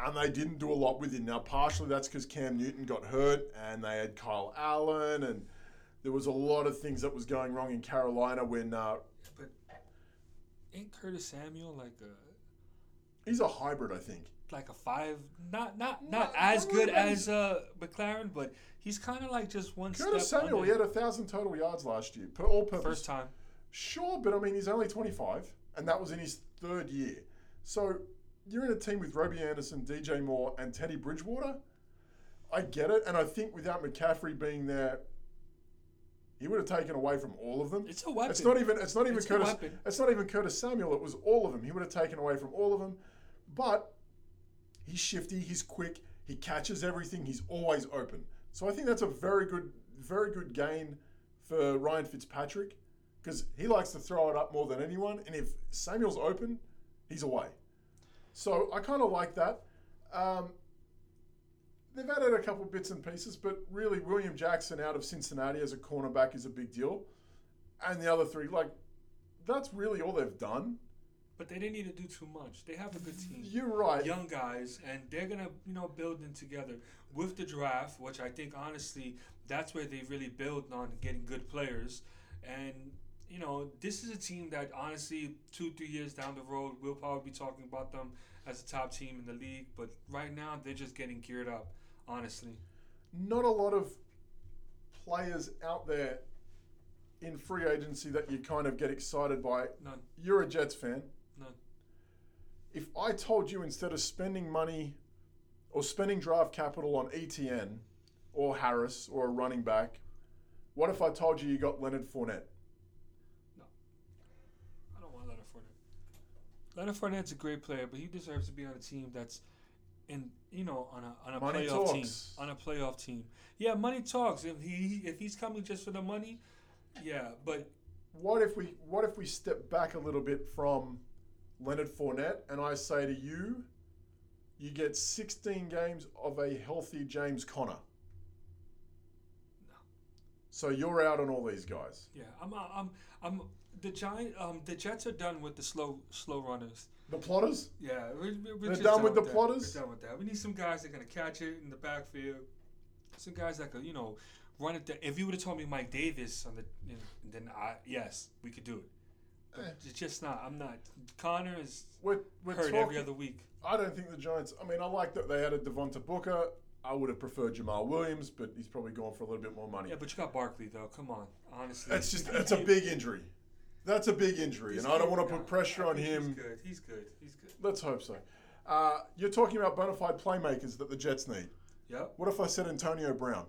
Speaker 1: and they didn't do a lot with him. Now, partially that's because Cam Newton got hurt, and they had Kyle Allen, and there was a lot of things that was going wrong in Carolina when uh,
Speaker 2: Ain't Curtis Samuel like a
Speaker 1: he's a hybrid, I think.
Speaker 2: like a five, not not not,
Speaker 1: Not-
Speaker 2: as
Speaker 1: not
Speaker 2: good
Speaker 1: really, but
Speaker 2: as uh, McLaren, but he's kind of like just one
Speaker 1: Curtis
Speaker 2: step
Speaker 1: Samuel,
Speaker 2: under.
Speaker 1: he had a thousand total yards last year, per all purpose.
Speaker 2: first time.
Speaker 1: Sure, but I mean, he's only 25, and that was in his third year. So you're in a team with Robbie Anderson, DJ Moore, and Teddy Bridgewater. I get it, and I think without McCaffrey being there, he would have taken away from all of them.
Speaker 2: It's a weapon.
Speaker 1: It's not even. It's not even
Speaker 2: It's a
Speaker 1: Curtis.
Speaker 2: weapon.
Speaker 1: It's not even Curtis Samuel. It was all of them. He would have taken away from all of them, but he's shifty. He's quick. He catches everything. He's always open. So I think that's a very good very good gain for Ryan Fitzpatrick because he likes to throw it up more than anyone. And if Samuel's open, he's away. So I kind of like that. Um, they've added a couple bits and pieces, but really, William Jackson out of Cincinnati as a cornerback is a big deal. And the other three, like, that's really all they've done.
Speaker 2: But they didn't need to do too much. They have a good team.
Speaker 1: You're right.
Speaker 2: young guys, and they're gonna you know build them together with the draft, which I think honestly that's where they really build on getting good players. And you know this is a team that honestly two three years down the road we'll probably be talking about them as a top team in the league, but right now they're just getting geared up. Honestly,
Speaker 1: Not a lot of players out there in free agency that you kind of get excited by.
Speaker 2: none,
Speaker 1: You're a Jets fan.
Speaker 2: none.
Speaker 1: If I told you instead of spending money or spending draft capital on ETN or Harris or a running back, what if I told you you got Leonard Fournette?
Speaker 2: I don't want Leonard Fournette. Leonard Fournette's a great player, but he deserves to be on a team that's in you know on a on a
Speaker 1: Money
Speaker 2: playoff
Speaker 1: talks.
Speaker 2: team on a playoff team. Yeah, money talks. If he if he's coming just for the money, yeah. But
Speaker 1: What if we what if we step back a little bit from Leonard Fournette and I say to you, you get 16 games of a healthy James Conner. So you're out on all these guys.
Speaker 2: yeah, I'm I'm I'm the giant. Um, the Jets are done with the slow slow runners.
Speaker 1: The plotters?
Speaker 2: Yeah, we're, we're, we're
Speaker 1: They're
Speaker 2: just
Speaker 1: done with the
Speaker 2: that.
Speaker 1: plotters?
Speaker 2: We're done with that. We need some guys that are gonna catch it in the backfield. Some guys that could, you know, run it. The, if you would have told me Mike Davis on the, you know, then I yes, we could do it. But
Speaker 1: Eh.
Speaker 2: it's just not. I'm not. Connor is
Speaker 1: We're, we're
Speaker 2: hurt every
Speaker 1: talking-
Speaker 2: other week.
Speaker 1: I don't think the Giants. I mean, I like that they added Devonta Booker. I would have preferred Jamal Williams, but he's probably going for a little bit more money.
Speaker 2: Yeah, but you got Barkley though. Come on, honestly.
Speaker 1: That's just that's a big injury. That's a big injury,
Speaker 2: He's
Speaker 1: and I don't
Speaker 2: good.
Speaker 1: want to
Speaker 2: No,
Speaker 1: put pressure
Speaker 2: I
Speaker 1: on
Speaker 2: think
Speaker 1: him.
Speaker 2: He's good. He's good. He's good.
Speaker 1: Let's hope so. Uh, you're talking about bona fide playmakers that the Jets need.
Speaker 2: Yep.
Speaker 1: What if I said Antonio Brown?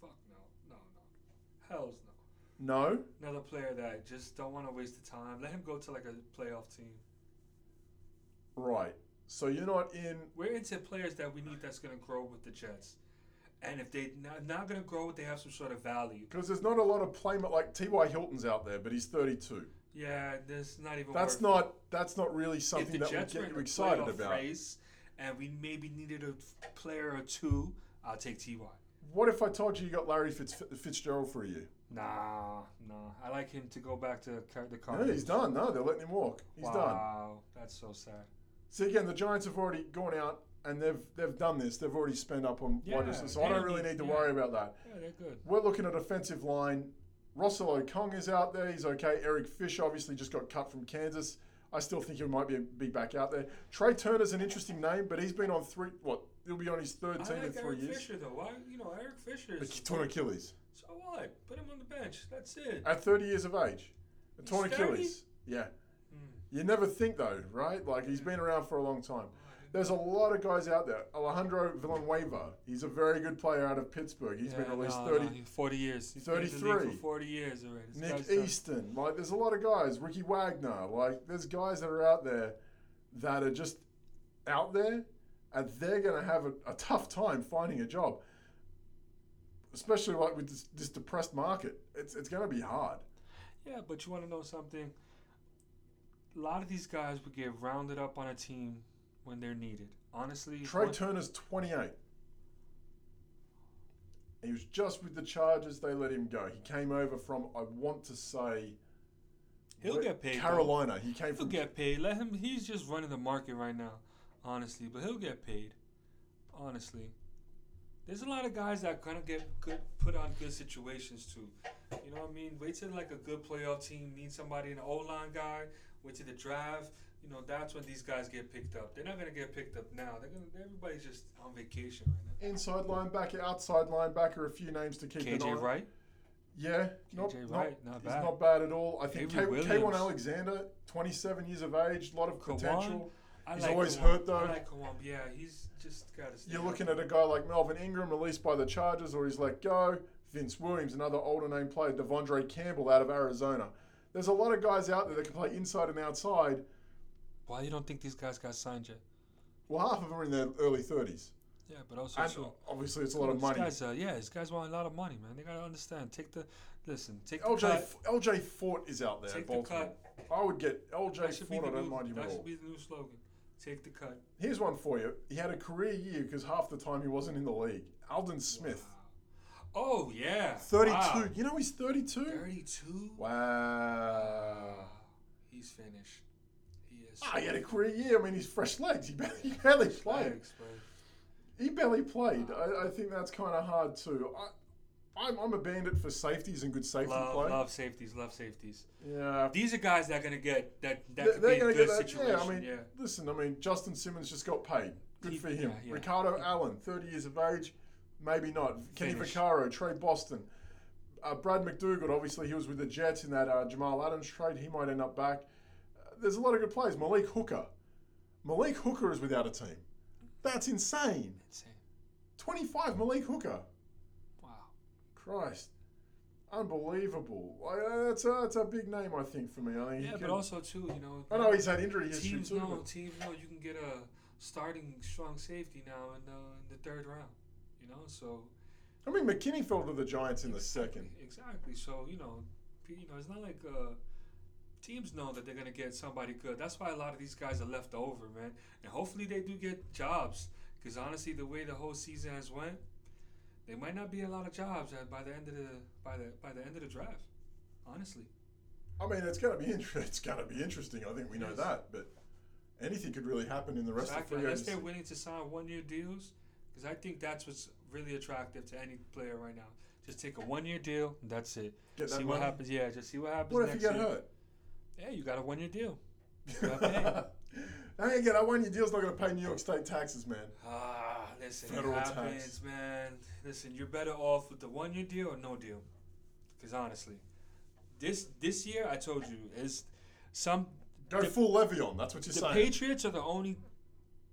Speaker 2: Fuck no. No no. Hell's no.
Speaker 1: No.
Speaker 2: Another player that just don't want to waste the time. Let him go to like a playoff team.
Speaker 1: Right. So you're not in.
Speaker 2: We're into players that we need that's going to grow with the Jets. And if they're not, not going to grow, they have some sort of value.
Speaker 1: Because there's not a lot of playma like T.Y. Hilton's out there, but he's 32.
Speaker 2: Yeah, that's not even
Speaker 1: That's
Speaker 2: worth
Speaker 1: not that's not really
Speaker 2: it. If
Speaker 1: something
Speaker 2: the
Speaker 1: that would
Speaker 2: Jets were
Speaker 1: get
Speaker 2: in
Speaker 1: you
Speaker 2: the
Speaker 1: excited
Speaker 2: playoff
Speaker 1: about.
Speaker 2: race and we maybe needed a f- player or two, I'll take T.Y.
Speaker 1: What if I told you you got Larry Fitz, Fitzgerald for a year?
Speaker 2: Nah, nah. I like him to go back to Car- the
Speaker 1: No,
Speaker 2: Cardinals.
Speaker 1: he's done. No, they're letting him walk. He's done.
Speaker 2: Wow, that's so sad.
Speaker 1: See again, the Giants have already gone out and they've they've done this. They've already spent up on
Speaker 2: Yeah,
Speaker 1: wide receiver, so I
Speaker 2: they
Speaker 1: don't really
Speaker 2: need-
Speaker 1: need to
Speaker 2: yeah.
Speaker 1: worry about that.
Speaker 2: Yeah, they're good.
Speaker 1: We're looking at offensive line. Russell O'Kong is out there. He's okay. Eric Fish obviously just got cut from Kansas. I still think he might be, be back out there. Trey Turner's an interesting name, but he's been on three. What he'll be on his third
Speaker 2: I
Speaker 1: team in
Speaker 2: like
Speaker 1: three
Speaker 2: Eric
Speaker 1: years.
Speaker 2: Fisher though. Why, you know, Eric Fisher.
Speaker 1: A
Speaker 2: Is,
Speaker 1: torn Achilles
Speaker 2: so what? Put him on the bench. That's it.
Speaker 1: at 30 years of age. A
Speaker 2: He's
Speaker 1: torn
Speaker 2: 30?
Speaker 1: Achilles. Yeah.
Speaker 2: Hmm.
Speaker 1: You never think though, right? Like he's been around for a long time. There's a lot of guys out there. Alejandro Villanueva, he's a very good player out of Pittsburgh. He's been released
Speaker 2: no,
Speaker 1: 30.
Speaker 2: no, he's 40 years. He's been in the league
Speaker 1: 33.
Speaker 2: for 40 years already. This
Speaker 1: Nick
Speaker 2: guy's done-
Speaker 1: Easton, like there's a lot of guys. Ricky Wagner, like there's guys that are out there that are just out there, and they're going to have a, a tough time finding a job, especially like with this, this depressed market. It's it's going to be hard.
Speaker 2: Yeah, but you want to know something? A lot of these guys would get rounded up on a team when they're needed. Honestly,
Speaker 1: Trey
Speaker 2: one-
Speaker 1: Turner's 28. He was just with the Chargers. They let him go. He came over from, I want to say,
Speaker 2: He'll
Speaker 1: Wh-
Speaker 2: get paid, though.
Speaker 1: Carolina. He came
Speaker 2: he'll
Speaker 1: from.
Speaker 2: get paid. Let him. He's just running the market right now, honestly. But he'll get paid, honestly. There's a lot of guys that kind of get good, put on good situations too. You know what I mean? Wait till like a good playoff team needs somebody, an O line guy. Wait till the draft. You know that's when these guys get picked up. They're not gonna get picked up now. They're gonna. Everybody's just on vacation right now.
Speaker 1: Inside linebacker, outside linebacker, a few names to keep an eye
Speaker 2: KJ
Speaker 1: on.
Speaker 2: Wright.
Speaker 1: Yeah, not,
Speaker 2: KJ
Speaker 1: not,
Speaker 2: Wright, not
Speaker 1: he's
Speaker 2: bad.
Speaker 1: not bad at all. I think K,
Speaker 2: Avery
Speaker 1: K1
Speaker 2: Williams.
Speaker 1: Alexander, 27 years of age, a lot of
Speaker 2: Kawan.
Speaker 1: potential.
Speaker 2: I
Speaker 1: He's
Speaker 2: like
Speaker 1: always
Speaker 2: Kawhi.
Speaker 1: hurt, though.
Speaker 2: I like Kawhi. Yeah, he's just got to.
Speaker 1: You're looking at a guy like Melvin Ingram, released by the Chargers, or he's let go. Vince Williams, another older name player. Devondre Campbell out of Arizona. There's a lot of guys out there that can play inside and outside.
Speaker 2: Why you don't think these guys got signed yet?
Speaker 1: Well, half of them are in their early 30s.
Speaker 2: Yeah, but also
Speaker 1: And
Speaker 2: too,
Speaker 1: obviously, it's a lot of
Speaker 2: these
Speaker 1: money.
Speaker 2: Guys, uh, yeah, these guys want a lot of money, man. They gotta understand. Take the listen. Take the
Speaker 1: LJ
Speaker 2: cut.
Speaker 1: F- LJ Fort is out there
Speaker 2: Take
Speaker 1: in
Speaker 2: the
Speaker 1: Baltimore.
Speaker 2: cut.
Speaker 1: I would get LJ
Speaker 2: That should be
Speaker 1: Fort.
Speaker 2: the
Speaker 1: I don't
Speaker 2: new-
Speaker 1: mind him at
Speaker 2: That
Speaker 1: all.
Speaker 2: should be the new slogan. Take the cut.
Speaker 1: Here's one for you. He had a career year because half the time he wasn't in the league. Alden Smith,
Speaker 2: Oh yeah.
Speaker 1: 32.
Speaker 2: Wow.
Speaker 1: You know he's 32.
Speaker 2: Thirty-two.
Speaker 1: Wow.
Speaker 2: He's finished. He is.
Speaker 1: Ah, he had a career year. I mean, he's fresh legs. He barely, (laughs) he barely played.
Speaker 2: Thanks, bro.
Speaker 1: He barely played. I, I think that's kind of hard too. I, I'm, I'm a bandit for safeties and good safety
Speaker 2: Love,
Speaker 1: play.
Speaker 2: love safeties, love safeties.
Speaker 1: Yeah,
Speaker 2: These are guys that are gonna get that. That
Speaker 1: They-
Speaker 2: could
Speaker 1: they're
Speaker 2: be a
Speaker 1: gonna
Speaker 2: good
Speaker 1: get that-
Speaker 2: situation.
Speaker 1: yeah, I
Speaker 2: Yeah,
Speaker 1: mean, Listen, I mean, Justin Simmons just got paid. Good
Speaker 2: He-
Speaker 1: for him.
Speaker 2: yeah, yeah.
Speaker 1: Ricardo Allen, 30 years of age, maybe not. Kenny
Speaker 2: Finish.
Speaker 1: Vaccaro, Trey Boston. Uh, Brad McDougald, obviously, he was with the Jets in that uh, Jamal Adams trade. He might end up back. Uh, there's a lot of good players. Malik Hooker. Malik Hooker is without a team. That's insane.
Speaker 2: Insane.
Speaker 1: 25 Malik Hooker.
Speaker 2: Wow.
Speaker 1: Christ. Unbelievable. Like, uh, that's, a, that's a big name, I think, for me. I think he
Speaker 2: Yeah, but
Speaker 1: can-
Speaker 2: also too, you know.
Speaker 1: I know he's had injury history,
Speaker 2: teams
Speaker 1: too.
Speaker 2: know.
Speaker 1: but-
Speaker 2: Teams know you can get a starting strong safety now in the in the third round. You know, so
Speaker 1: I mean, McKinney fell to the Giants in the second.
Speaker 2: Exactly. So you know, p- you know, it's not like uh, teams know that they're gonna get somebody good. That's why a lot of these guys are left over, man. And hopefully they do get jobs. Because honestly, the way the whole season has went, there might not be a lot of jobs at, by the end of the by the by the end of the draft. Honestly,
Speaker 1: I mean, it's gonna be inter- (laughs) it's gonna be interesting. I think we know
Speaker 2: Yes.
Speaker 1: that, but anything could really happen in the rest
Speaker 2: Exactly.
Speaker 1: of free
Speaker 2: unless
Speaker 1: agency.
Speaker 2: they're willing to sign one-year deals, because I think that's what's really attractive to any player right now. Just take a one-year deal. And that's it.
Speaker 1: Get that
Speaker 2: see what
Speaker 1: money.
Speaker 2: happens. Yeah, just see what happens.
Speaker 1: What if you
Speaker 2: next
Speaker 1: get
Speaker 2: year.
Speaker 1: hurt?
Speaker 2: Yeah, you got a one-year deal.
Speaker 1: (laughs)
Speaker 2: gotta
Speaker 1: Now you get that one year deal's not gonna pay New York State taxes, man.
Speaker 2: Ah, listen,
Speaker 1: Federal
Speaker 2: it
Speaker 1: tax.
Speaker 2: happens, man. Listen, you're better off with the one year deal or no deal. Because honestly, this this year I told you is some
Speaker 1: Go
Speaker 2: The-
Speaker 1: full levy on. That's what you're
Speaker 2: the
Speaker 1: saying.
Speaker 2: Patriots are the only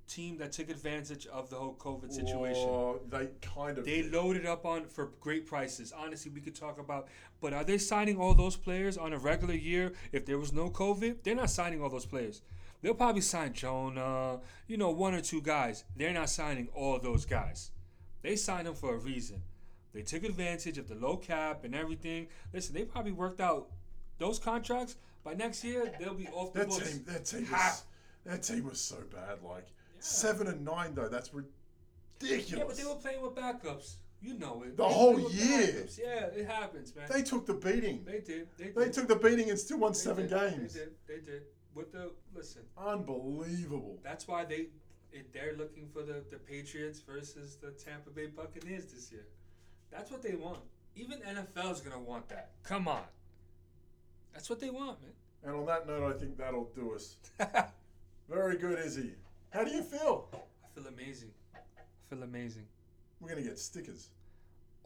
Speaker 2: team that took advantage of the whole COVID situation.
Speaker 1: Or they kind of.
Speaker 2: They
Speaker 1: did.
Speaker 2: loaded up on for great prices. Honestly, we could talk about, but are they signing all those players on a regular year if there was no COVID? They're not signing all those players. They'll probably sign Jonah, you know, one or two guys. They're not signing all those guys. They signed them for a reason. They took advantage of the low cap and everything. Listen, they probably worked out those contracts. By next year, they'll be off the
Speaker 1: That
Speaker 2: books.
Speaker 1: team. That team was.
Speaker 2: Ha.
Speaker 1: That team was so bad. Like
Speaker 2: Yeah.
Speaker 1: seven and nine though. That's ridiculous.
Speaker 2: Yeah, but they were playing with backups. You know it.
Speaker 1: The
Speaker 2: They were
Speaker 1: whole
Speaker 2: playing with
Speaker 1: year.
Speaker 2: backups. Yeah, it happens, man.
Speaker 1: They took the beating.
Speaker 2: They did. They did.
Speaker 1: They took the beating and still won
Speaker 2: They
Speaker 1: seven
Speaker 2: did,
Speaker 1: games.
Speaker 2: They did. They did. With the listen,
Speaker 1: Unbelievable.
Speaker 2: that's why they it, they're looking for the the Patriots versus the Tampa Bay Buccaneers this year. That's what they want. Even NFL's gonna want that. Come on. That's what they want,
Speaker 1: And on that note, I think that'll do us.
Speaker 2: man. (laughs) I
Speaker 1: Very good, Izzy. How do you feel?
Speaker 2: feel amazing. I feel amazing.
Speaker 1: We're gonna get stickers.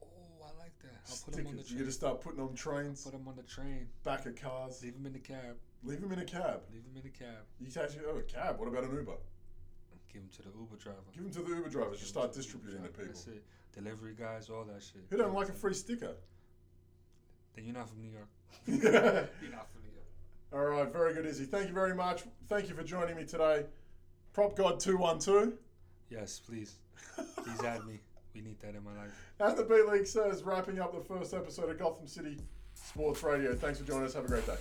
Speaker 2: Oh, I like that. I'll put them on the
Speaker 1: Stickers. You're
Speaker 2: train.
Speaker 1: gonna start putting on trains,
Speaker 2: Put them on the train.
Speaker 1: back of cars.
Speaker 2: Leave them in the cab.
Speaker 1: Leave them in a cab.
Speaker 2: Leave them in the cab.
Speaker 1: You can actually oh a cab. What about an Uber?
Speaker 2: Give them to the Uber driver.
Speaker 1: Give them to the Uber drivers.
Speaker 2: Give
Speaker 1: Just
Speaker 2: 'em
Speaker 1: start
Speaker 2: to the Uber
Speaker 1: distributing to
Speaker 2: driver.
Speaker 1: people.
Speaker 2: That's it. Delivery guys, all that shit.
Speaker 1: Who don't like a free sticker? (laughs)
Speaker 2: Then you're not from New York. You're not from New York.
Speaker 1: All right, very good, Izzy. Thank you very much. Thank you for joining me today. Prop God two one two.
Speaker 2: Yes, please.
Speaker 1: (laughs)
Speaker 2: Please add me. We need that in my life.
Speaker 1: As the Beat League says, wrapping up the first episode of Gotham City Sports Radio. Thanks for joining us. Have a great day.